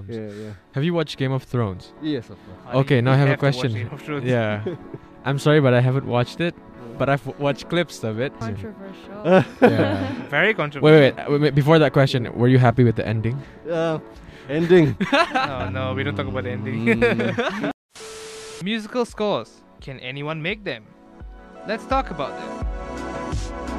films. Yeah, yeah. Have you watched Game of Thrones? Yes, of course. Okay, now I have a question. yeah. Yeah. I'm sorry, but I haven't watched it. But I've w- watched clips of it. Uh. Controversial. Yeah. Very Wait, controversial. wait, uh, wait, wait, Before that question, were you happy with the ending? Uh, ending. Oh no, we don't talk about the ending. Mm. Musical scores. Can anyone make them? Let's talk about them.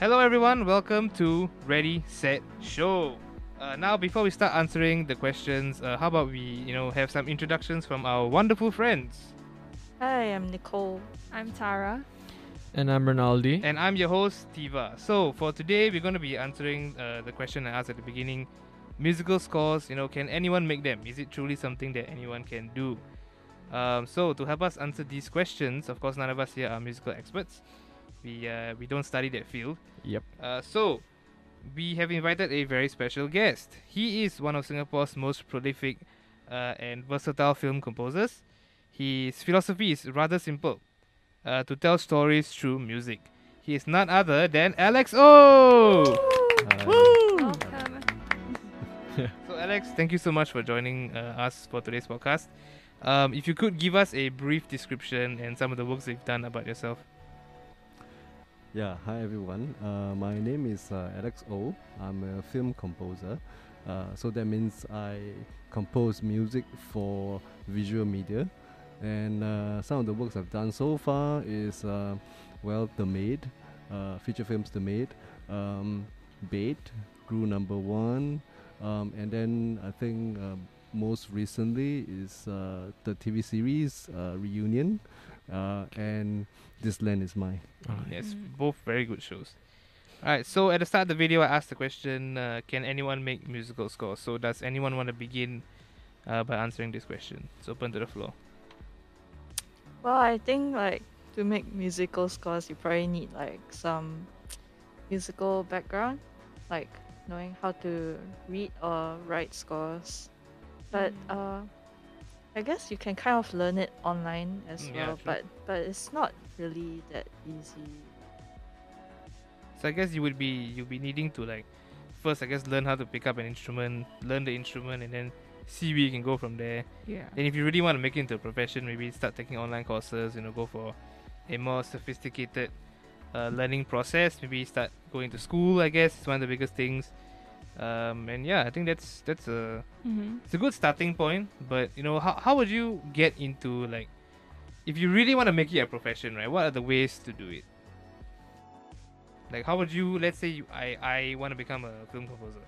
Hello, everyone. Welcome to Ready Set Show. Uh, now, before we start answering the questions, uh, how about we, you know, have some introductions from our wonderful friends? Hi, I'm Nicole. I'm Tara. And I'm Rinaldi. And I'm your host, Tiva. So for today, we're going to be answering uh, the question I asked at the beginning musical scores, you know, can anyone make them? Is it truly something that anyone can do? Um, so to help us answer these questions, of course, none of us here are musical experts. We, uh, we don't study that field. Yep. Uh, so we have invited a very special guest. He is one of Singapore's most prolific uh, and versatile film composers. His philosophy is rather simple uh, to tell stories through music. He is none other than Alex O. Uh, Welcome. So, Alex, thank you so much for joining uh, us for today's podcast. Um, if you could give us a brief description and some of the works that you've done about yourself. Yeah, hi everyone. Uh, my name is uh, Alex O. I'm a film composer. Uh, so that means I compose music for visual media. And uh, some of the works I've done so far is, uh, well, The Maid, uh, feature films The Maid, um, Bait, Grew Number One, um, and then I think uh, most recently is uh, the TV series uh, Reunion, uh, and This Land Is Mine. Oh, Yes, Mm. both very good shows. Alright, so at the start of the video, I asked the question uh, Can anyone make musical scores? So, does anyone want to begin uh, by answering this question? It's open to the floor. Well, I think like to make musical scores, you probably need like some musical background, like knowing how to read or write scores. But Mm. uh, I guess you can kind of learn it online as Mm, yeah, well. true. but but it's not really that easy. So I guess you would be you'll be needing to like first I guess learn how to pick up an instrument, learn the instrument and then see where you can go from there. Yeah. Then if you really want to make it into a profession, maybe start taking online courses, you know, go for a more sophisticated uh, learning process, maybe start going to school, I guess, it's one of the biggest things. Um, and yeah, I think that's that's a Mm-hmm. it's a good starting point, but you know, how, how would you get into like if you really want to make it a profession, right? What are the ways to do it? Like, how would you? Let's say you, I I want to become a film composer.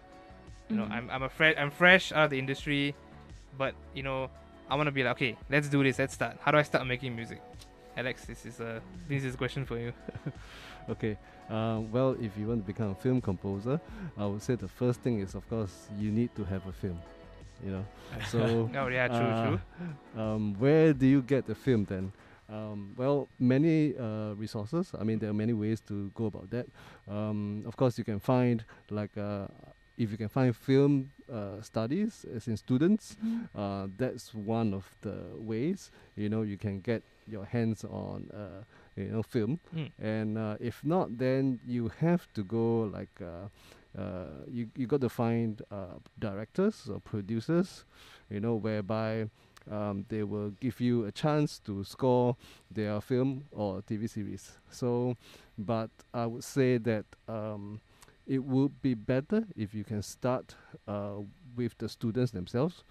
You know, Mhm. I'm I'm a fresh I'm fresh out of the industry, but you know, I want to be like, okay, let's do this. Let's start. How do I start making music? Alex, this is a this is a question for you. Okay. Uh, well, if you want to become a film composer, I would say the first thing is, of course, you need to have a film. You know. So. Oh yeah, true, uh, true. Um, where do you get the film then? Um, well, many uh, resources. I mean, there are many ways to go about that. Um, of course, you can find like uh, if you can find film uh, studies as in students. Uh, that's one of the ways. You know, you can get your hands on uh, you know film Mm. and uh, if not then you have to go like uh, uh, you you got to find uh, directors or producers you know whereby um, they will give you a chance to score their film or TV series so but I would say that um, it would be better if you can start uh, with the students themselves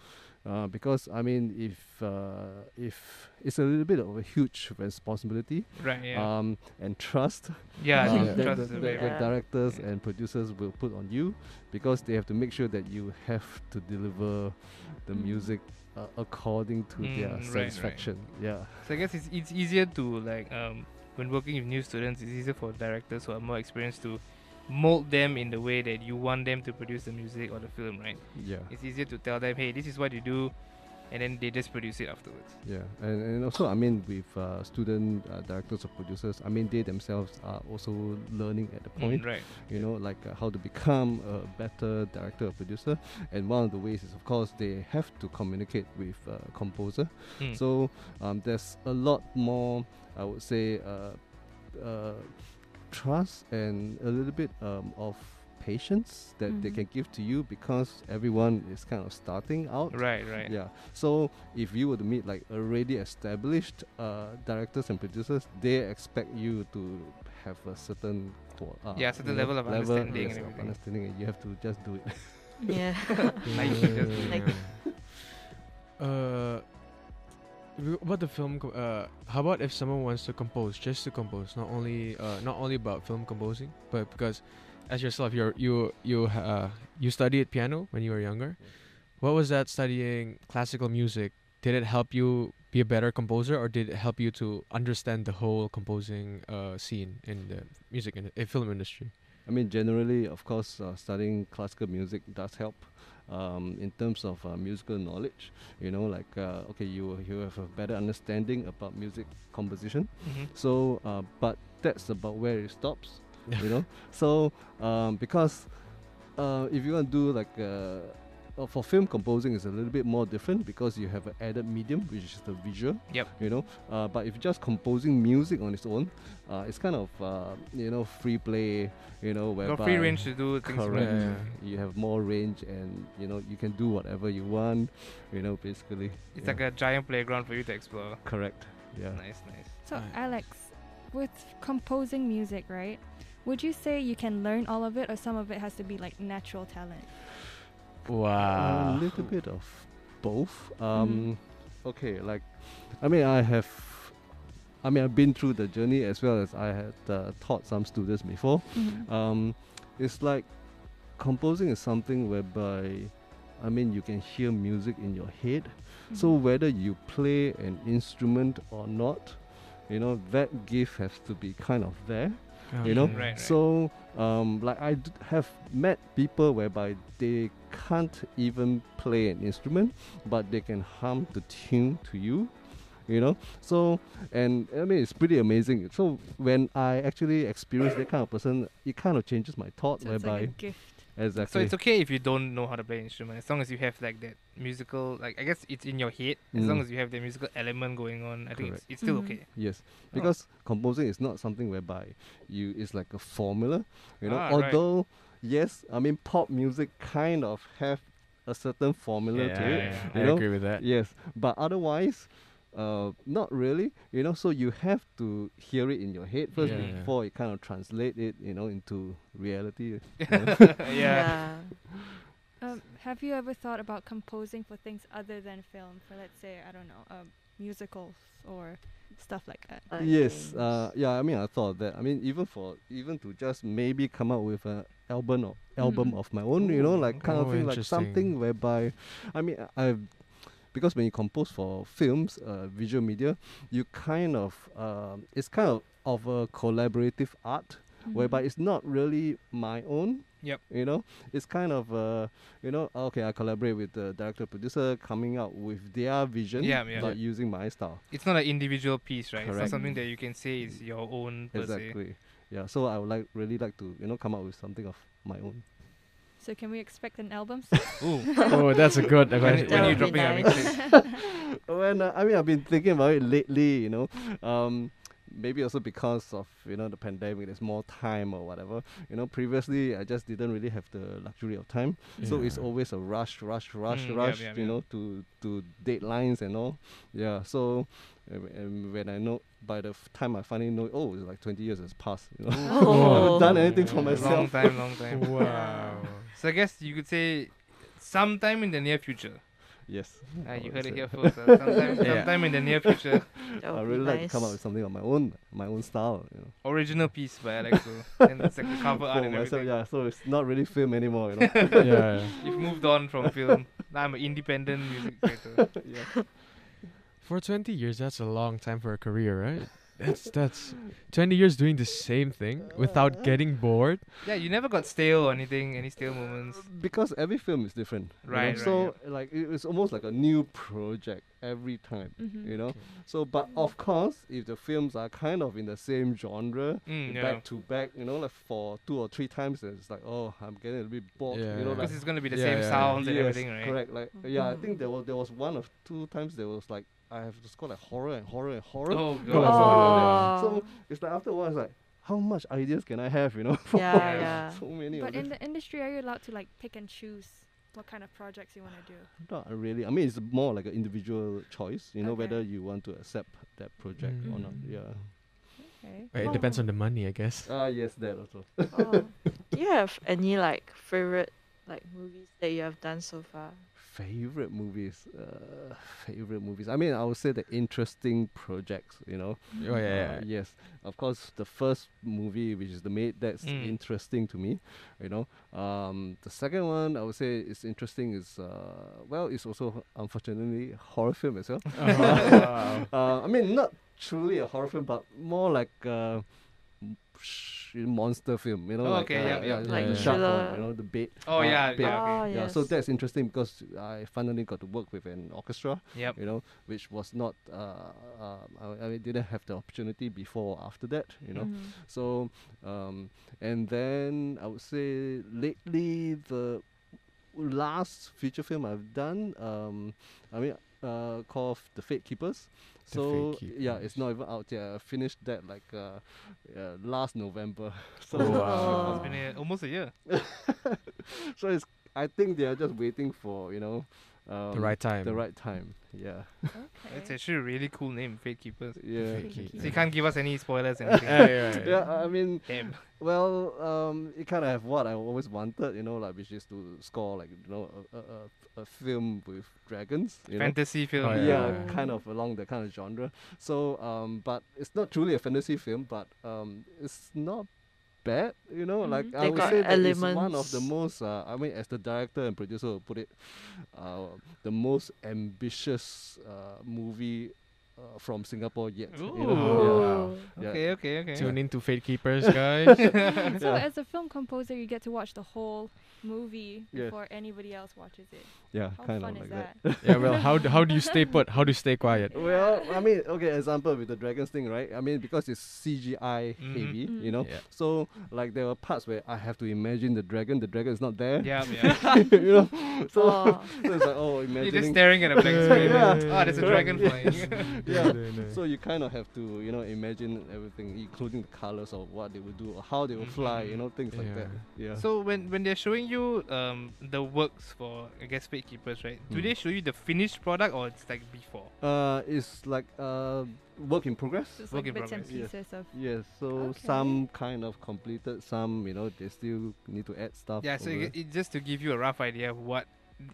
uh, because I mean if uh, if it's a little bit of a huge responsibility Right, yeah, um, and trust yeah. I uh, think that trust the, is a the- very the Yeah. directors Yeah. and producers will put on you because they have to make sure that you have to deliver the Mm. music uh, according to Mm, their right, right. satisfaction. Yeah. So I guess it's it's easier to like um when working with new students, it's easier for directors who are more experienced to mold them in the way that you want them to produce the music or the film, right? Yeah. It's easier to tell them, hey, this is what you do, and then they just produce it afterwards. Yeah, and, and also I mean with uh, student uh, directors or producers, I mean they themselves are also learning at the point. Mm, right. you know, like uh, how to become a better director or producer. And one of the ways is, of course, they have to communicate with uh, composer. Mm. So um, there's a lot more, I would say, uh, uh, trust and a little bit um, of patience that they Mhm. Mm-hmm. can give to you because everyone is kind of starting out. Right, right. Yeah. So if you were to meet like already established uh, directors and producers, they expect you to have a certain qual- uh, Yeah, certain le- level of understanding yes, and of everything. understanding, and you have to just do it. Yeah. Like he just did. Like- Yeah. uh, we- about the film. co- Uh, how about if someone wants to compose, just to compose, not only uh, not only about film composing, but because as yourself, you're you you uh, you studied piano when you were younger. Yeah. What was that studying classical music? Did it help you be a better composer, or did it help you to understand the whole composing uh, scene in the music and in film industry? I mean, generally, of course, uh, studying classical music does help um, in terms of uh, musical knowledge. You know, like uh, okay, you you have a better understanding about music composition. Mhm. So, uh, but that's about where it stops. you know, so um, because uh, if you want to do like uh, uh, for film composing, it's a little bit more different because you have an added medium, which is the visual. Yep. You know, uh, but if you're just composing music on its own, uh, it's kind of uh, you know free play. You know, whereby Got free range to do things. you want. Correct. Yeah. You have more range, and you know you can do whatever you want. You know, basically. It's Yeah. like a giant playground for you to explore. correct. Yeah. Nice, nice. So, Right. Alex, with composing music, right? Would you say you can learn all of it, or some of it has to be like natural talent? a Wow. little bit of both. Um, Okay, like, I mean, I have, I mean, I've been through the journey as well as I had uh, taught some students before. Um, it's like composing is something whereby, I mean, you can hear music in your head. Mm-hmm. So whether you play an instrument or not, you know, that gift has to be kind of there. You know, Okay. Right, right. So, um, like I d- have met people whereby they can't even play an instrument, but they can hum the tune to you. You know, so and I mean it's pretty amazing. So when I actually experience that kind of person, it kind of changes my thought. So it's whereby like a gift. exactly, So it's okay if you don't know how to play an instrument, as long as you have like that musical, like I guess it's in your head. As long Mm. as you have the musical element going on, I think it's, Correct. it's still Mhm. okay. Yes, Oh. because composing is not something whereby you it's like a formula, you know. Ah, right. Although, yes, I mean pop music kind of have a certain formula to it. yeah, I you know? agree with that. Yes, but otherwise, uh, not really. You know, so you have to hear it in your head first Yeah. before you kind of translate it, you know, into reality. yeah. Um, have you ever thought about composing for things other than film? For let's say, I don't know, um, musicals or stuff like that. like yes, games. uh, yeah. I mean, I thought of that. I mean, even for even to just maybe come out with an album or album Mhm. of my own, you know, Ooh, like kind Oh, of thing, like interesting. something whereby, I mean, I- I've because when you compose for films, uh, visual media, you kind of um, it's kind of of a collaborative art Mm-hmm. whereby it's not really my own. Mm. Yep. You know, it's kind of uh, you know, okay, I collaborate with the director producer coming out with their vision, Yeah, yeah. but using my style. It's not an individual piece, right? It's not Correct. something that you can say is your own per se. exactly. Yeah. So I would like really like to you know come up with something of my own. So can we expect an album? soon? Ooh, oh, that's a good. when, advice. when That you're would be dropping a nice. mixtape. When uh, I mean I've been thinking about it lately, you know, um, maybe also because of you know the pandemic, there's more time or whatever. You know, previously I just didn't really have the luxury of time, so it's Yeah. always a rush, rush, rush, Mm, yup, rush. yup, you yup. know, to to deadlines and all. Yeah. So, um, and when I know by the f- time I finally know, oh, it's like 20 years has passed. You know, I Oh. haven't done anything for Long myself. time, long time. Wow. So I guess you could say sometime in the near future. Yes. Uh, I you would heard say. it here first. uh, sometime, Yeah. sometime in the near future. That I would be really like to come up nice. with something of my own, my own style. You know. Original piece by Alex. Wu. and it's like the cover art For and myself, everything. yeah. So it's not really film anymore. You know. yeah, yeah. You've moved on from film. Now I'm an independent music creator. yeah. For 20 years, that's a long time for a career, right? That's that's 20 years doing the same thing without getting bored. Yeah, you never got stale or anything, any stale moments. Because every film is different. you know. Right, right, So like it- it's almost like a new project every time. Mhm. You know. So but of course, if the films are kind of in the same genre. Mm, yeah. Back to back, you know, like for two or three times, it's like, oh, I'm getting a bit bored, you Yeah. know, like Because it's gonna be the Yeah, same yeah. sounds and Yes, everything, right? Correct. Like Mm-hmm. yeah, I Mhm. think there was there was one of two times there was like I have to score like horror and horror and horror. Oh Go god. on. Oh. So it's like after a while, it's like, how much ideas can I have? You know, for Yeah, yeah. yeah. so many. But of in them. the industry, are you allowed to like pick and choose what kind of projects you want to do? Not really. I mean, it's more like an individual choice. You know, Okay. whether you want to accept that project or not. Mm. Yeah. Okay. Uh, It depends on the money, I guess. Ah, yes, that also. Oh. Do you have any like favorite like movies that you have done so far? favorite movies. Uh, favorite movies. I mean, I would say the interesting projects. You know. Oh yeah, yeah. Uh, yes, of course. The first movie, which is the maid, that's Mm. interesting to me. You know, um, the second one I would say is interesting. Is uh, well, it's also unfortunately horror film as well. Oh, Uh, I mean, not truly a horror film, but more like a m- sh- monster film. You know, Oh, like, okay, uh, yeah, yeah. the Like shark or, thriller. you know, the bait. Oh uh, yeah, bait. yeah. Oh, Okay. Yeah, yes. so that's interesting because I finally got to work with an orchestra Yep. you know, which was not, uh, uh, I, I didn't have the opportunity before or after that, you Mm. know. Mm-hmm. So, um, and then I would say lately the last feature film I've done, um, I mean, uh, called The Fate Keepers. The so Fate yeah, Keepers. it's not even out yet. I finished that like uh, uh, last November. so Oh, wow. It's been a, almost a year. so it's I think they are just waiting for you know um, the right time. the right time. Yeah, It's actually a really cool name, Fate Keepers. yeah. Fake it, So you yeah. can't give us any spoilers and Yeah, anything. yeah, yeah. Yeah, I mean, Damn. Well, um, it kind of have what I always wanted, you know, like which is to score like you know a, a, a- a film with dragons, you know. Fantasy film. Oh, yeah, yeah. kind of along that kind of genre. So, um, but it's not truly a fantasy film, but um, it's not bad, you know. Like Mhm. I Mm-hmm. They would got say that it's one of the elements. most. Uh, I mean, as the director and producer will put it, uh, the most ambitious uh, movie uh, from Singapore yet. You Oh. know? Ooh. Yeah. Okay, okay, okay. Tune in to Fate Keepers, guys. so Yeah. as a film composer, you get to watch the whole movie Yes. before anybody else watches it. Yeah, How kind fun of is like that? yeah, well, how do, how do you stay put? How do you stay quiet? Well, I mean, okay, example with the dragons thing, right? I mean, because it's CGI Mhm. heavy, Mm. you know. Yeah. So like there were parts where I have to imagine the dragon. The dragon is not there. Yeah, yeah. you know. So, Oh. so it's like oh, imagining. You're just staring at a blank screen. Yeah. Oh, there's a Correct. dragon flying. yeah. So So you kind of have to, you know, imagine everything, including the colors of what they will do or how they will Mhm, fly, you mhm. know, things like that. Yeah. So when when they're showing you um the works for I guess Fate Keepers, right? Do Mm. they show you the finished product or it's like before? uh, it's like uh, work in progress. Just Work like in bits and progress. pieces of. Yes. So Okay. some kind of completed, some you know they still need to add stuff. Yeah, so over. it, it just to give you a rough idea of what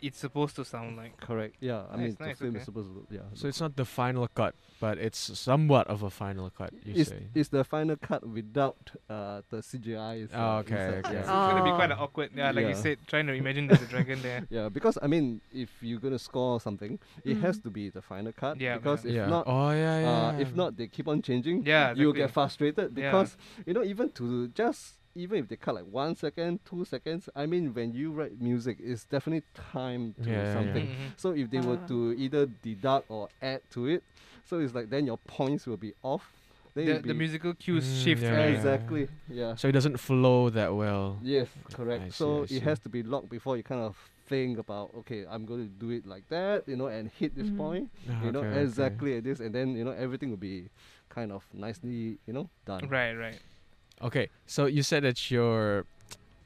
it's supposed to sound like. Correct. Yeah, I Nice, mean, nice, the film okay. is supposed to look, yeah. so look- it's not the final cut, but it's somewhat of a final cut. You it's, say. it's the final cut without uh, the CGI. is, Ah, uh, okay, inside, okay. Yeah. So it's gonna be quite Oh. a awkward. Yeah, like you Yeah. said, trying to imagine there's a dragon there. Yeah, because I mean, if you're gonna score something, it has Mm. to be the final cut. Yeah, Because yeah. if not, oh yeah, yeah. uh, if not, they keep on changing. Yeah, You'll exactly. get frustrated Yeah. because you know even to just even if they cut like one second, two seconds. I mean, when you write music, it's definitely time to Yeah, yeah, something. Mhm, mhm. So if they were Ah. to either deduct or add to it, so it's like then your points will be off. Then The, you'll the be- musical cues Mm, shift. yeah, Yeah, right? exactly. Yeah. so it doesn't flow that well. Yes, I correct. see, I So see. it has to be locked before you kind of think about okay, I'm going to do it like that, you know, and hit this Mhm. point, Ah, you know, okay, okay. exactly at this, and then you know everything will be kind of nicely, you know, done. Right, right. Okay, so you said that your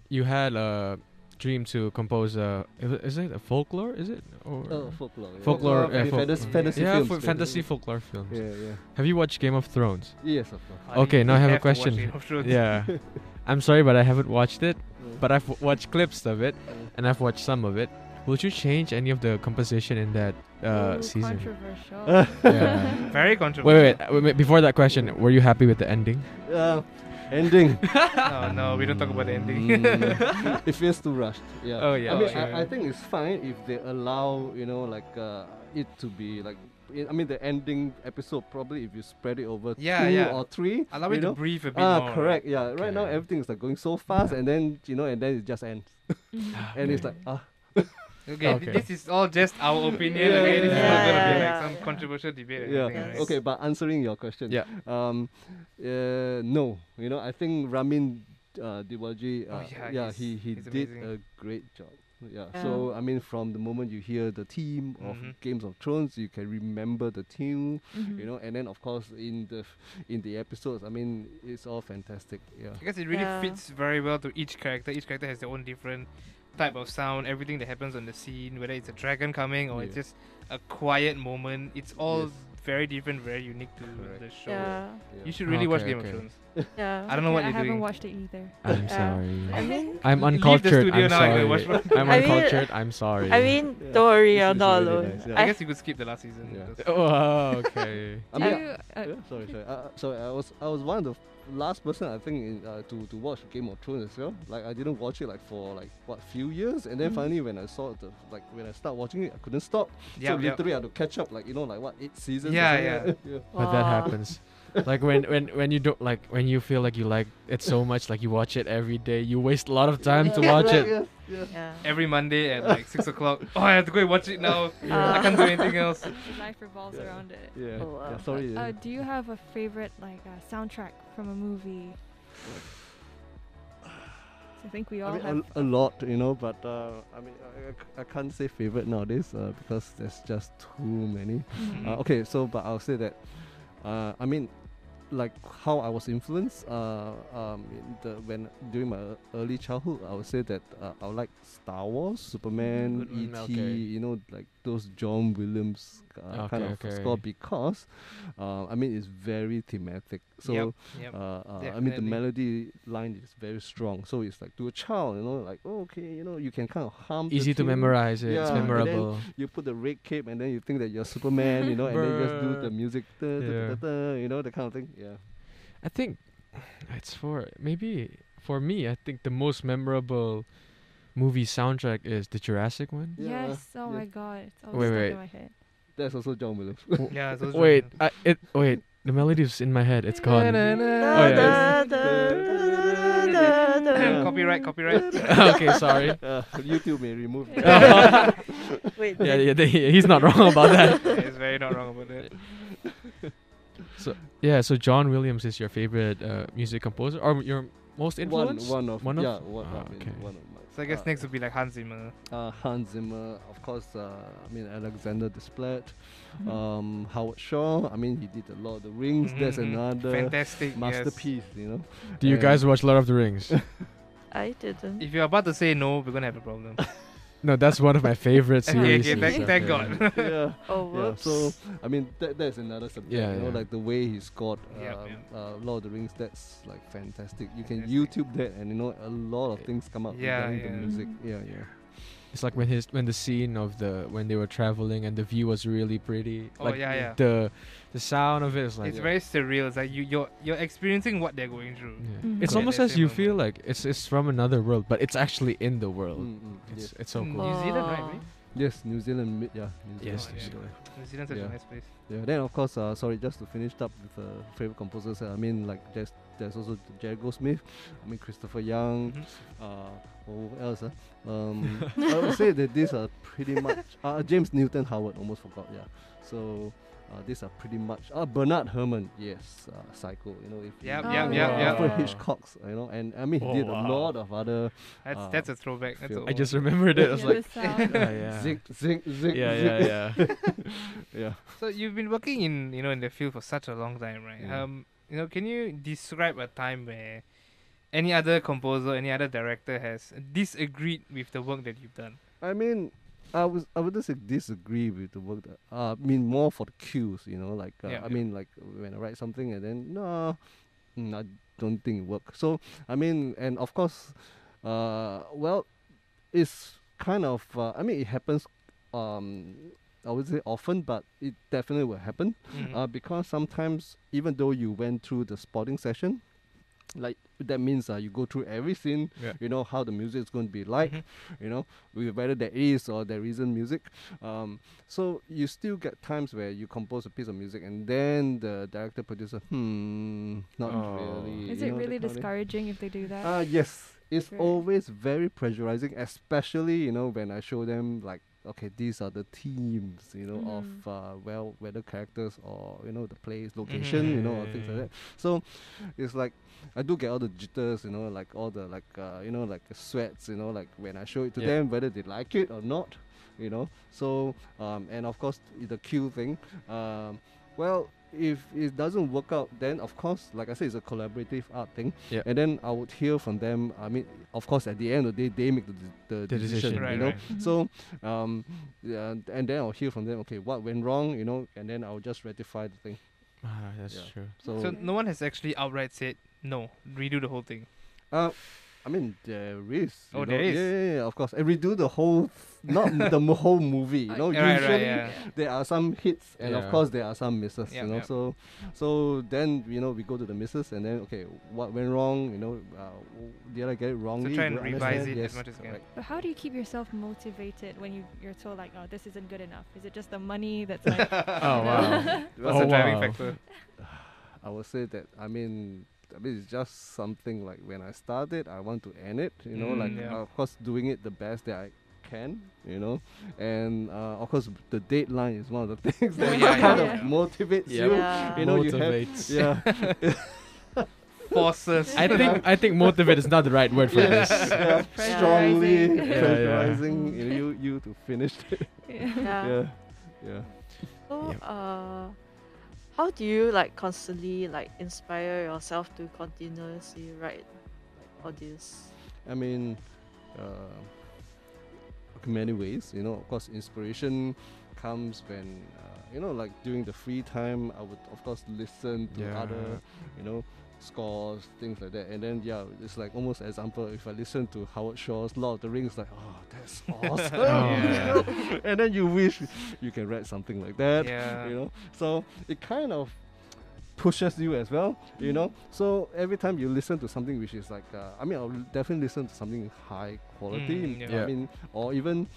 you had a dream to compose a is it- is it a folklore? Is it or Oh, folklore. yeah. folklore? folklore, uh, I mean, folk- fantasy, yeah. fantasy yeah, films, fo- basically. fantasy folklore films. Yeah, yeah. Have you watched Game of Thrones? Yes, of course. Okay, now I have a to watch question. Game of Thrones. yeah, I'm sorry, but I haven't watched it. Yeah. But I've w- watched clips of it, Mm. and I've watched some of it. Would you change any of the composition in that uh, Ooh, season? Controversial. Yeah. Very Wait, controversial. wait, wait, wait, Before that question, were you happy with the ending? Uh, ending. Oh no, we don't talk about the ending. Mm. it feels too rushed. Yeah. Oh, yeah, I mean, true. I, I think it's fine if they allow you know like uh, it to be like. i I mean, the ending episode probably if you spread it over Yeah, two yeah. or three. Allow you me to know? breathe a bit Ah, more. right? correct. Yeah. Right now Okay. everything is like going so fast, and then you know, and then it just ends, Mhm. and it's Okay. like ah, Okay, Okay. this is all just our opinion. Yeah, okay, this is not yeah, gonna be yeah, like yeah. some controversial debate. or yeah. anything, right? Okay, but answering your question. Yeah. Um, uh, no, you know, I think Ramin uh, Diwaji, Oh, uh, yeah, he's- he he he's did amazing. a great job. Yeah. Yeah. So I mean, from the moment you hear the theme of Mhm. Games of Thrones, you can remember the tune. Mhm. Mm-hmm. Mm. You know, and then of course in the in the episodes, I mean, it's all fantastic. Yeah. I guess it really Yeah. fits very well to each character. Each character has their own different type of sound. Everything that happens on the scene, whether it's a dragon coming or it's Yeah. just a quiet moment, it's all Yes. very different, very unique to Correct. the show. Yeah. You yeah. should really watch Okay, Game okay. of Thrones. Yeah. I don't know what Yeah, I you're doing. haven't watched it either. I'm Yeah. I sorry. mean, I'm Leave the uncultured. studio I'm now, I go sorry. watch- I'm I mean- uncultured. I'm sorry. I mean, Yeah. don't worry, This you're is not really alone. nice, yeah. I, I- guess you could skip the last season. Yeah. That's- Oh, okay. I Do mean, you, uh, Yeah, sorry, sorry. Uh, sorry, I was I was one of the last person I think in, uh, to to watch Game of Thrones as well. Like I didn't watch it like for like what few years, and then Mhm. finally when I saw the like when I start watching it, I couldn't stop. Yeah, so yeah. literally I had to catch up. Like you know, like what eight seasons. or Yeah, something like that. But that Wow. happens. like when when when you don't like when you feel like you like it so much, like you watch it every day, you waste a lot of time to Yeah, watch right, it. yes, yes. Yeah. Every Monday at like six o'clock. Oh, I have to go and watch it now. Yeah. I can't do anything else. life revolves Yeah. around it. Yeah, Oh, yeah, wow. sorry. Uh, do you have a favorite like uh, soundtrack from a movie? I think we all I mean, have. uh, a, a lot, you know, but uh, I mean, I- I, c- I can't say favorite nowadays uh, because there's just too many. Mhm. Mm. Uh, okay, so but I'll say that. Uh, I mean, like how I was influenced. Uh, um, in the, when during my ear- early childhood, I would say that uh, I would like Star Wars, Superman, Good one, E.T. okay. You know, like those John Williams uh, kind of Okay, score okay. because, uh, I mean, it's very thematic. So Yep, yep. uh, uh, I mean the Definitely. melody line is very strong, so it's like to a child, you know, like oh, okay, you know, you can kind of hum. the Easy to tune. memorize it. it's Yeah, and then- memorable. You put the red cape, and then you think that you're Superman, you know, and then you just do Bruh. the music, da, da, da, Yeah. da, da, you know, that kind of thing. Yeah. I think it's for maybe for me. I think the most memorable movie soundtrack is the Jurassic one. yeah, uh, yes. Oh yeah. my god. It's Wait, always stuck wait. in my head. That's also John Williams. Oh, Yeah, so it's Wait, really- I, it wait. The melody's in my head. It's gone. Oh, Da, yeah. da, da, da, da, da. copyright, copyright. okay, sorry. Uh, uh, YouTube may remove. it. yeah, Wait. yeah, they- he's not wrong about that. it's very not wrong about that. Yeah, so John Williams is your favorite uh, music composer or your most One, influence? one of One of- yeah, one, Ah, I mean, okay. one of my. So I guess uh, next would be like Hans Zimmer. uh, Hans Zimmer, of course. Uh, I mean Alexander Desplat, Hmm. Mhm. um, Howard Shaw. I mean he did a lot of the Rings. That's Mhm, mhm. another fantastic Yes. masterpiece, you know. Do you Uh, guys watch Lord of the Rings? I didn't. If you're about to say no, we're gonna have a problem. no, that's one of my favorite Okay, series. okay, thank- thank God. yeah, Oh, yeah. whoops. So I mean, that that's another subject. Yeah, you know, yeah. like the way he scored um, Yep, Uh, Lord of the Rings. That's like fantastic. You can Fantastic. YouTube that, and you know, a lot of things come up Yeah, regarding yeah. the music. Mm-hmm. Mhm. Yeah, yeah. It's like when his when the scene of the when they were traveling and the view was really pretty. Oh, like yeah, yeah. The the sound of it is like it's very surreal. It's like you, you're you're experiencing what they're going through. Yeah. Mhm. Mm-hmm. It's Yeah, almost that's as you similar. feel like it's it's from another world, but it's actually in the world. Mm, mm, It's yes. it's so Mm. cool. New Zealand, right, Oh. really? yes, New Zealand. mi- Yeah, Yes, New Zealand. Oh, New yeah. Zealand. New Zealand's such Yeah. a nice place. Yeah, then of course, uh, sorry, just to finish up with uh, favorite composers. Uh, I mean, like there's there's also Jerry Goldsmith. I mean Christopher Young. Mhm. Uh, oh, what else? Uh? Um, I would say that these are pretty much uh, James Newton Howard. Almost forgot. Yeah. So uh, these are pretty much uh, Bernard Herman. Yes, uh, Psycho. You know if you- Yep, you yep, know, yep, yep. Alfred Wow. Hitchcock's. You know, and I mean he Oh, did wow. a lot of other That's Uh, that's a throwback. That's feel- a I just old- remembered it. I was Yeah, like, the sound. oh, yeah. zig zig zig. yeah, zig. yeah, yeah. yeah. So you've been working in you know in the field for such a long time, right? Yeah. Um, you know, can you describe a time where any other composer, any other director has disagreed with the work that you've done? I mean, I was I wouldn't say disagree with the work that uh, I mean more for the cues, you know, like uh, Yeah. I mean like when I write something and then no, mm, I don't think it works. So I mean, and of course, uh, well, it's kind of uh, I mean it happens. Um, I would say often, but it definitely will happen Mm-hmm. Mhm. uh, because sometimes even though you went through the spotting session. Like that means uh, you go through every scene, Yeah. you know how the music is going to be like, Mhm. you know with whether there is or there isn't music um, so you still get times where you compose a piece of music and then the director producer hmm not Oh. really Is you it know, that really kind of thing. discouraging if they do that? uh, yes it's Right. always very pressurizing especially you know when i show them like okay, these are the themes, you know, Mhm. of uh, well, whether characters or you know the place, location, you know, or things like that. So it's like I do get all the jitters, you know, like all the like uh, you know like the sweats, you know, like when I show it to Yeah. them, whether they like it or not, you know. So um, and of course i- the queue thing. Um, well, if it doesn't work out, then of course, like I said, it's a collaborative art thing. Yeah. And then I would hear from them. I mean, of course, at the end of the day, they make the, de- the, The decision, decision. you Right, know. right. Mhm. So, um, yeah, and then I'll hear from them. Okay, what went wrong, you know, and then I'll just rectify the thing. Ah, that's Yeah. true. So, So no one has actually outright said no, redo the whole thing. uh, I mean, there is. you Oh, know, there is. Yeah, yeah, yeah, of course. And redo the whole, th- not the m- whole movie. You Like- know, Right, right, Oh, usually yeah. there are some hits, and Yeah. of course there are some misses. Yep, you know, yep. so so then you know we go to the misses, and then okay, what went wrong? You know, uh, w- did I get it wrongly? try Do and I revise understand? it yes, as much as you can. correct. But how do you keep yourself motivated when you, you're told like, oh, this isn't good enough? Is it just the money that's like? Oh, wow. What's Oh, the driving wow. factor? I would say that I mean I mean it's just something like when I started I want to end it you know like Mm, yeah. uh, of course doing it the best that I can you know and uh, of course the deadline is one of the things Oh, that yeah, kind of yeah, yeah. motivates you Yeah. you know Motivates. you have yeah Forces. I think I think motivate is not the right word for yeah, this. yeah, strongly Pressurizing. Yeah, yeah. pressurizing you, know, you you to finish it Yeah. yeah yeah So, Yep. uh, how do you like constantly like inspire yourself to continuously write like all this? I mean, uh, in many ways. You know, of course, inspiration comes when uh, you know, like during the free time, I would of course listen to Yeah. other, you know, scores, things like that. And then yeah, it's like almost example. If I listen to Howard Shaw's Lord of the Rings, like oh, that's awesome. Yeah. you know? And then you wish you can write something like that Yeah. you know so it kind of pushes you as well you know so every time you listen to something which is like uh, i mean i'll definitely listen to something high quality Mm, yeah. Yeah. i mean or even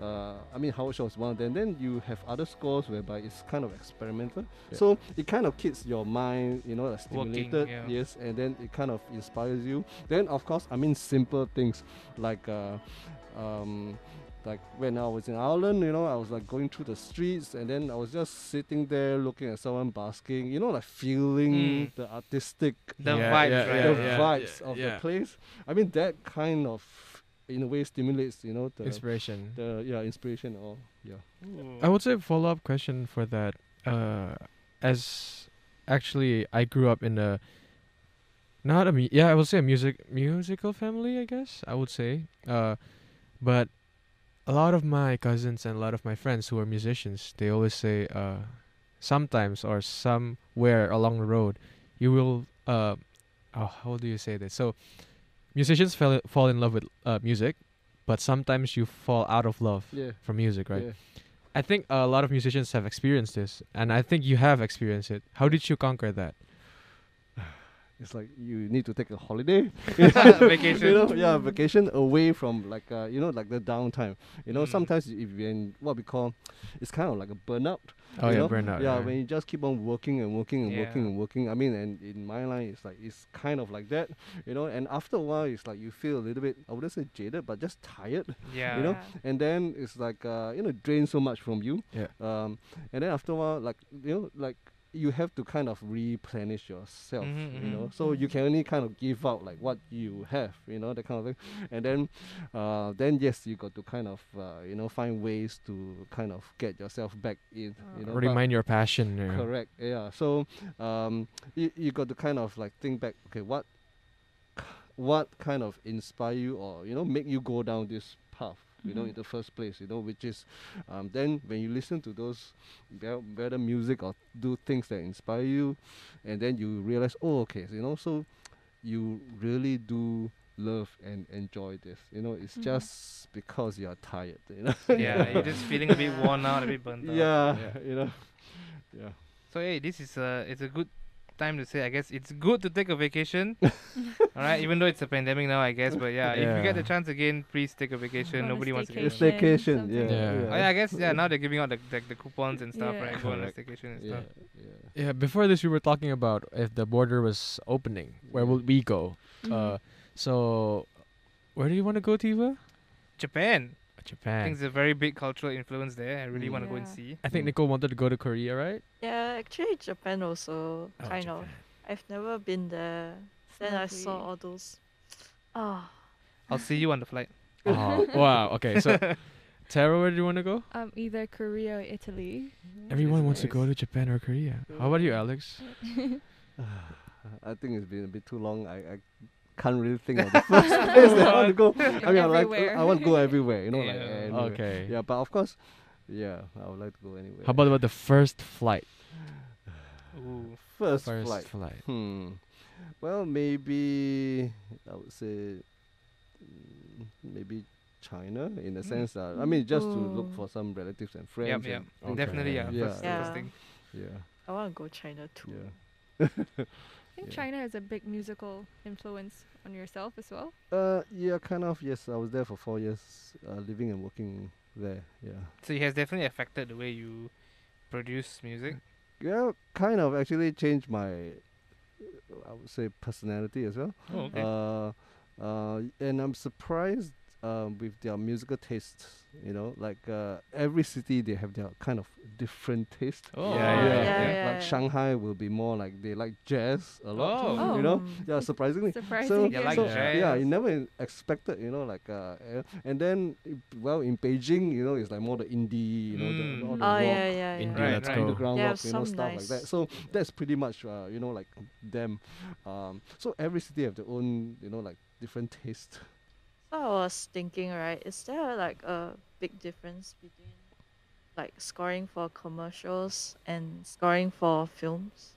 uh, i mean how show is one of them then you have other scores whereby it's kind of experimental Yeah. so it kind of keeps your mind you know like Working, stimulated yeah. yes and then it kind of inspires you then of course i mean simple things like uh, um, like when I was in Ireland, you know, I was like going through the streets and then I was just sitting there looking at someone basking, you know, like feeling Mm. the artistic The Yeah, vibes, yeah, right? the yeah. vibes yeah, of yeah. the place. I mean, that kind of, in a way, stimulates, you know, the, Inspiration. the yeah, inspiration or, yeah. Ooh. I would say follow up question for that. Uh, as actually, I grew up in a not a mu- yeah, I would say a music musical family. I guess I would say, uh, but a lot of my cousins and a lot of my friends who are musicians, they always say, uh, sometimes or somewhere along the road, you will. Uh, oh, how do you say this? So, musicians fell, fall in love with uh, music, but sometimes you fall out of love Yeah. for music, right? Yeah. I think a lot of musicians have experienced this, and I think you have experienced it. How did you conquer that? It's like you need to take a holiday. Vacation. You know, yeah, vacation away from like uh, you know, like the downtime. You know, Mm. sometimes if you're in what we call, it's kind of like a burnout. Oh You yeah, know, burnout. yeah, when you just keep on working and working and working Yeah. and working. I mean, and in my line, it's like it's kind of like that, you know. And after a while, it's like you feel a little bit. I wouldn't say jaded, but just tired. yeah. you know, Yeah. And then it's like uh, you know, drain so much from you. Yeah. Um, and then after a while, like you know, like you have to kind of replenish yourself. Mhm, You know, mhm. so you can only kind of give out like what you have. You know, that kind of thing. And then, uh, then yes, you got to kind of uh, you know find ways to kind of get yourself back in. You know, but- remind your passion. yeah. Correct. Yeah. So, um, you, you got to kind of like think back. Okay, what, k- what kind of inspire you or you know make you go down this path? You know, Mhm. in the first place. You know, which is, um, then when you listen to those, be- better music or do things that inspire you, and then you realize, oh, okay, you know, so you really do love and enjoy this. You know, it's Mhm. just because you are tired. You know. yeah, you're just feeling a bit worn out, a bit burnt out. yeah. Yeah. You know. Yeah. So hey, this is a it's a good time to say I guess it's good to take a vacation. All right, even though it's a pandemic now, I guess. But yeah, if you get the Yeah. chance again, please take a vacation. On a Nobody wants to. staycation. Go. Stay- staycation, Staycation, something. Yeah. yeah. Oh yeah, I guess yeah. Now they're giving out the the, the coupons and stuff, Yeah. right? Go on a Correct. staycation and yeah, stuff. yeah. Yeah, Before this, we were talking about if the border was opening, where Yeah. would we go? Mm-hmm. Mhm. Uh, so where do you want to go, Tiva? Japan. I think Japan. there's a very big cultural influence there. I really want to go and Yeah. see. I Mm. think Nicole wanted to go to Korea, right? Yeah, actually Japan also Oh, kind of. Japan. I've never been there. It's Then I saw lovely. all those. Ah, I'll see you on the flight. Oh, wow. Okay. So, Tara, where do you want to go? Um, either Korea or Italy. Everyone wants to go to Japan or Korea. How about you, Alex? I think it's been a bit too long. I, I can't really think of the first place that I want to go. I mean, I like Everywhere. I want to go everywhere. You know, like Yeah. anywhere. Okay. Yeah, but of course, yeah, I would like to go anywhere. How about about the first flight? Ooh. first, First flight? flight. Hmm. Well, maybe I would say mm, maybe China in Mm. a sense. Uh, I mean, just to look Ooh. for some relatives and friends. Yep, yep. and- Okay. Definitely, yeah. Yeah. First, Yeah. first thing. Yeah, I want to go China too. yeah. I Yeah. think China has a big musical influence on yourself as well. Uh, yeah, kind of. Yes, I was there for four years, uh, living and working there. Yeah, So it has definitely affected the way you produce music. yeah, kind of actually changed my, uh, I would say, personality as well. Oh, okay. Uh, uh, and I'm surprised um, with their musical tastes. You know, like uh, every city they have their kind of different taste. Oh, Yeah, yeah, yeah. Like Shanghai will be more like they like jazz a lot. Oh. You know, Mm. yeah, surprisingly. Surprising. Yeah, like so, jazz. yeah, you never in- expected, you know, like uh, eh, and then eh, well in Beijing, you know, it's like more the indie, you know, the, Mm. all the Oh rock, yeah, yeah, yeah. India, Right, let's right. go. underground They rock, have you know, some stuff like that. nice- So that's pretty much, uh, you know, like them. Um, so every city have their own, you know, like different taste. So I was thinking, right? Is there like a big difference between like scoring for commercials and scoring for films?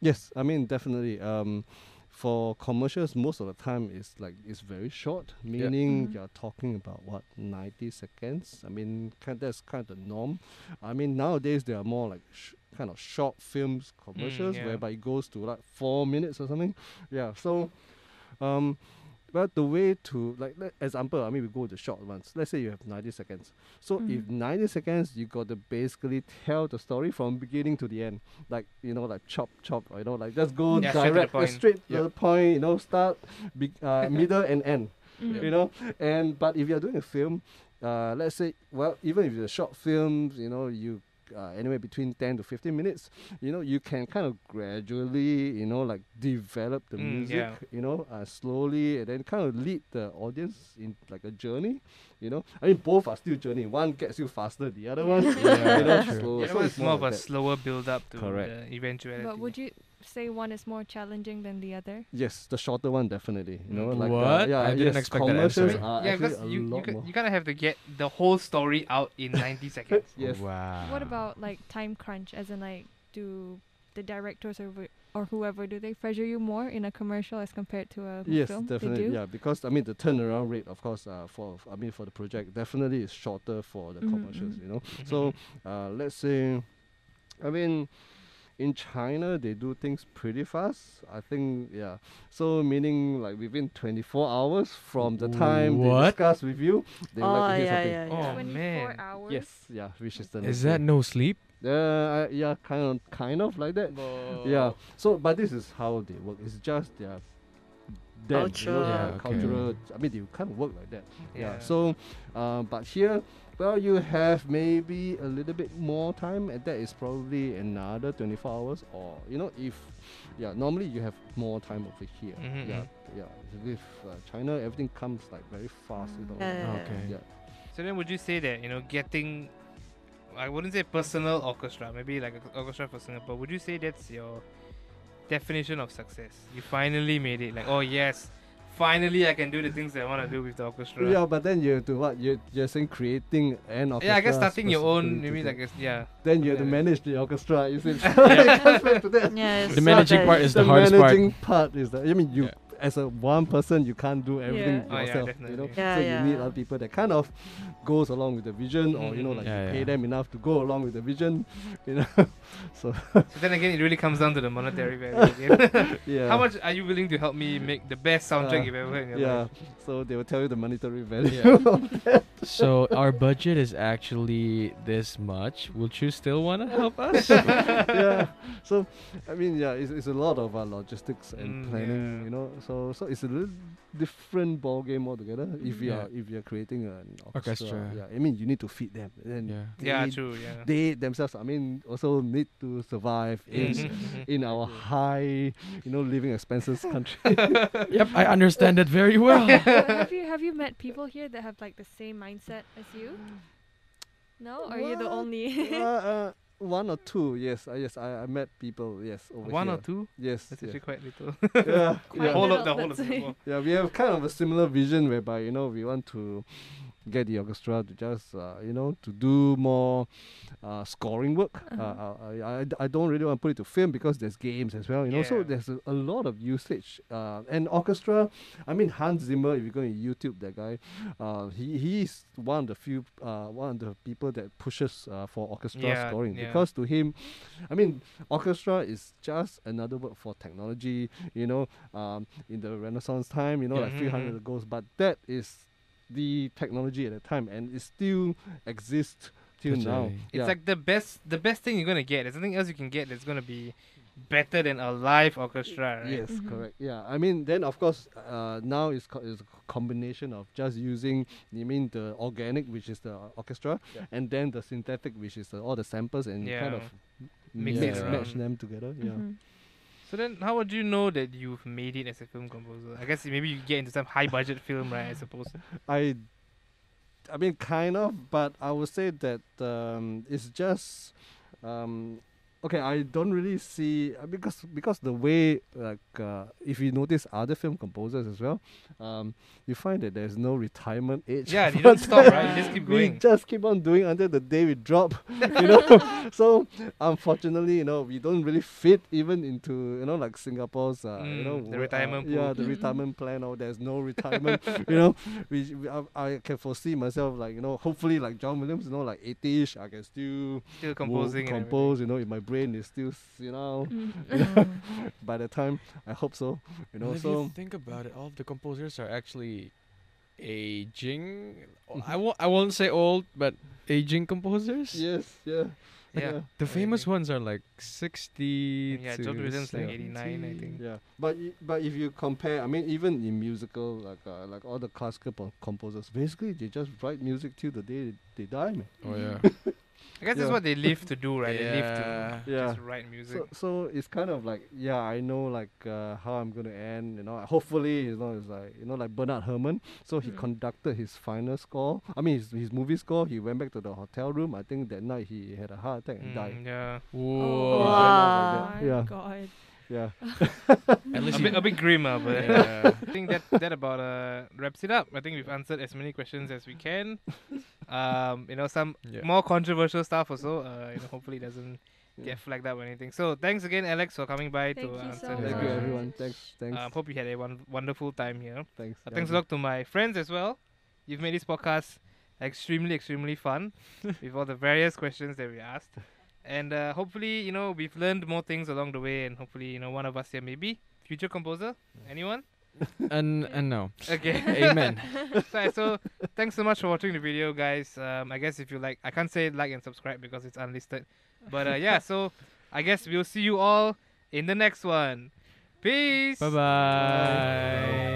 Yes, I mean definitely. Um, for commercials, most of the time it's like it's very short, meaning Mhm. you're talking about what ninety seconds. I mean, kind that's kind of the norm. I mean nowadays there are more like sh- kind of short films commercials yeah. whereby it goes to like four minutes or something. Yeah, so, um, but the way to like let, example, I mean we go to short ones. Let's say you have ninety seconds. So if Mhm. ninety seconds, you got to basically tell the story from beginning to the end like you know like chop chop you know like just go Yeah, straight to the direct uh, point. straight to Yep. the point you know start be, uh, middle and end Mm. you know and but if you're doing a film uh, let's say well even if it's a short films you know you uh, anywhere between 10 to 15 minutes you know you can kind of gradually you know like develop the Mm, music yeah. you know uh, slowly and then kind of lead the audience in like a journey you know i mean both are still journey one gets you faster the other one Yeah, you know true. slow. Yeah, that So was it's more of a like that. slower build up to Correct. the eventuality. But would you say one is more challenging than the other? Yes, the shorter one definitely. You know, Mm. like Uh, What? yeah, I didn't yes, expect that commercials answer. are yeah, actually because a you you, lot ca- more. you kind of have to get the whole story out in 90 seconds. Yes. Wow. Ah. What about like time crunch? As in, like, do the directors or wh- or whoever do they pressure you more in a commercial as compared to a Yes, film? They definitely. do? Yeah, because I mean the turnaround rate, of course, uh, for I mean for the project, definitely is shorter for the Mhm, commercials. mhm. You know, so uh, let's say, I mean, in China they do things pretty fast. I think yeah. So meaning like within 24 hours from the time What? they discuss with you, they would oh like to hear yeah, something. yeah, yeah. Oh, Twenty-four man. hours. Yes, yeah, which is the Is that next day. no sleep? Uh, I- yeah, kind of, kind of like that. Yeah. Oh. So, but this is how they work. It's just their them, you know, Culture. their Yeah, okay. cultural. I mean, they can't work like that. Yeah. Yeah. So, uh, but here, well, you have maybe a little bit more time, and that is probably another 24 hours, or you know, if yeah, normally you have more time over here. Mhm, Yeah. Yeah. With uh, China, everything comes like very fast. You know. Yeah, yeah, Okay. Yeah. So then, would you say that you know getting, I wouldn't say personal orchestra, maybe like a orchestra for Singapore. Would you say that's your definition of success? You finally made it. Like, oh yes, finally I can do the things that I want to do with the orchestra. Yeah, but then you have to what? You you're saying creating an orchestra. Yeah, I guess starting your own, specifically maybe to like a, yeah. then you have to Yeah. manage the orchestra. You see, it comes back to that. Yeah, it's The not managing that part easy. is the hardest part. managing part. is that I mean, you Yeah. as a one person, you can't do everything Yeah. Oh, yeah, yourself. you know, definitely. Yeah, so yeah. you need other people that kind of goes along with the vision, or you know, Mhm. like Yeah, you pay yeah. them enough to go along with the vision. You know, so So then again, it really comes down to the monetary value. Again. yeah. How much are you willing to help me make the best soundtrack Uh, you've ever heard in your Yeah, life? so they will tell you the monetary value. So our budget is actually this much. Would you still want to help us? yeah. So, I mean, yeah, it's, it's a lot of uh, logistics and Mm, planning, yeah. you know. So So so it's a little different ball game altogether. Mm, If you Yeah. are if you're creating an orchestra, Orchestra. yeah, I mean you need to feed them. Then Yeah. yeah, they- true. Yeah. They themselves, I mean, also need to survive in Mhm, in our high, you know, living expenses country. yep, I understand that very well. Well, have you have you met people here that have like the same mindset as you? No, or are you the What? uh, only? uh, one or two, yes, uh, yes, I, I met people, yes, over One here. or two? yes, That's yeah. actually quite little. yeah, Quite yeah. the whole of the little, whole of that's- Singapore. Yeah, we have kind of a similar vision whereby you know we want to get the orchestra to just uh, you know to do more uh, scoring work. uh Uh-huh. I- I, I d- I don't really want to put it to film because there's games as well. You know, so Yeah. there's a, a lot of usage uh, and orchestra. I mean Hans Zimmer. If you go to YouTube, that guy, uh, he he's one of the few uh, one of the people that pushes uh, for orchestra Yeah, scoring yeah. because to him, I mean orchestra is just another word for technology. You know, um, in the Renaissance time, you know, like Mhm, 300 mhm. goals. But that is the technology at the time, and it still exists till now. Totally. It's like the best the best thing you're gonna get. There's nothing else you can get that's gonna be better than a live orchestra, right? yes, Mhm. correct. Yeah, I mean, then of course, uh, now it's, co- it's a combination of just using, you mean the organic, which is the orchestra, Yeah. and then the synthetic, which is the, all the samples, and you kind Yeah. of Mix it mix, match around. them together. Yeah. Mhm. So then how would you know that you've made it as a film composer? I guess maybe you get into some high budget film, right, I suppose. I, I mean, kind of, but I would say that um, it's just, um, okay. I don't really see uh, because because the way like uh, if you notice other film composers as well, um, you find that there's no retirement age. Yeah, for you don't stop, them. right? You just keep We going. just keep on doing until the day we drop, you know. so unfortunately, you know, we don't really fit even into you know like Singapore's, uh, you Mm, know, the wo- uh, retirement pool. yeah, the Mm, mm. retirement plan. Or there's no retirement, you know. We, we I, I can foresee myself like you know, hopefully like John Williams, you know, like 80ish, I can still wo- Still composing and compose, you know, if my brain is still s- you know Mm. by the time I hope so, you know. Well, if so you think about it, all of the composers are actually aging. Mm-hmm. o- I won't. I won't say old, but aging composers. yes, yeah, everything. Yeah. yeah. The famous Amazing. ones are like sixty. Yeah, to John Williams like seventy. 89, I think. Yeah, but i- but if you compare, I mean, even in musical, like uh, like all the classical po- composers, basically they just write music till the day they die, man. Oh yeah. I guess that's Yeah. what they live to do, right? They live to Yeah. Yeah. just write music. So so it's kind of like yeah, I know like uh, how I'm gonna end, you know. Hopefully, you know, it's like you know, like Bernard Herrmann. So he Hmm. Mm. conducted his final score. I mean, his his movie score. He went back to the hotel room. I think that night he had a heart attack and Mm, died. yeah. Whoa. Wow. Oh my Yeah. God. Hmm. Yeah. At least A he- bit, a bit grim, uh, but Yeah. I think that that about uh, wraps it up. I think we've answered as many questions as we can. Um, you know, some Yeah. more controversial stuff also. Uh, you know, hopefully it doesn't Yeah. get flagged up or anything. So thanks again, Alex, for coming by Thank to you answer. the so Thank you, much. questions. everyone. Thanks, thanks, Um, hope you had a won- wonderful time here. Uh, thanks. yeah, thanks a lot to my friends as well. You've made this podcast extremely, extremely fun with all the various questions that we asked. And uh, hopefully, you know, we've learned more things along the way, and hopefully, you know, one of us here maybe future composer. Anyone? and and no. Okay. Amen. so, so thanks so much for watching the video, guys. Um, I guess if you like, I can't say like and subscribe because it's unlisted. But uh, yeah, so I guess we'll see you all in the next one. Peace. Bye-bye.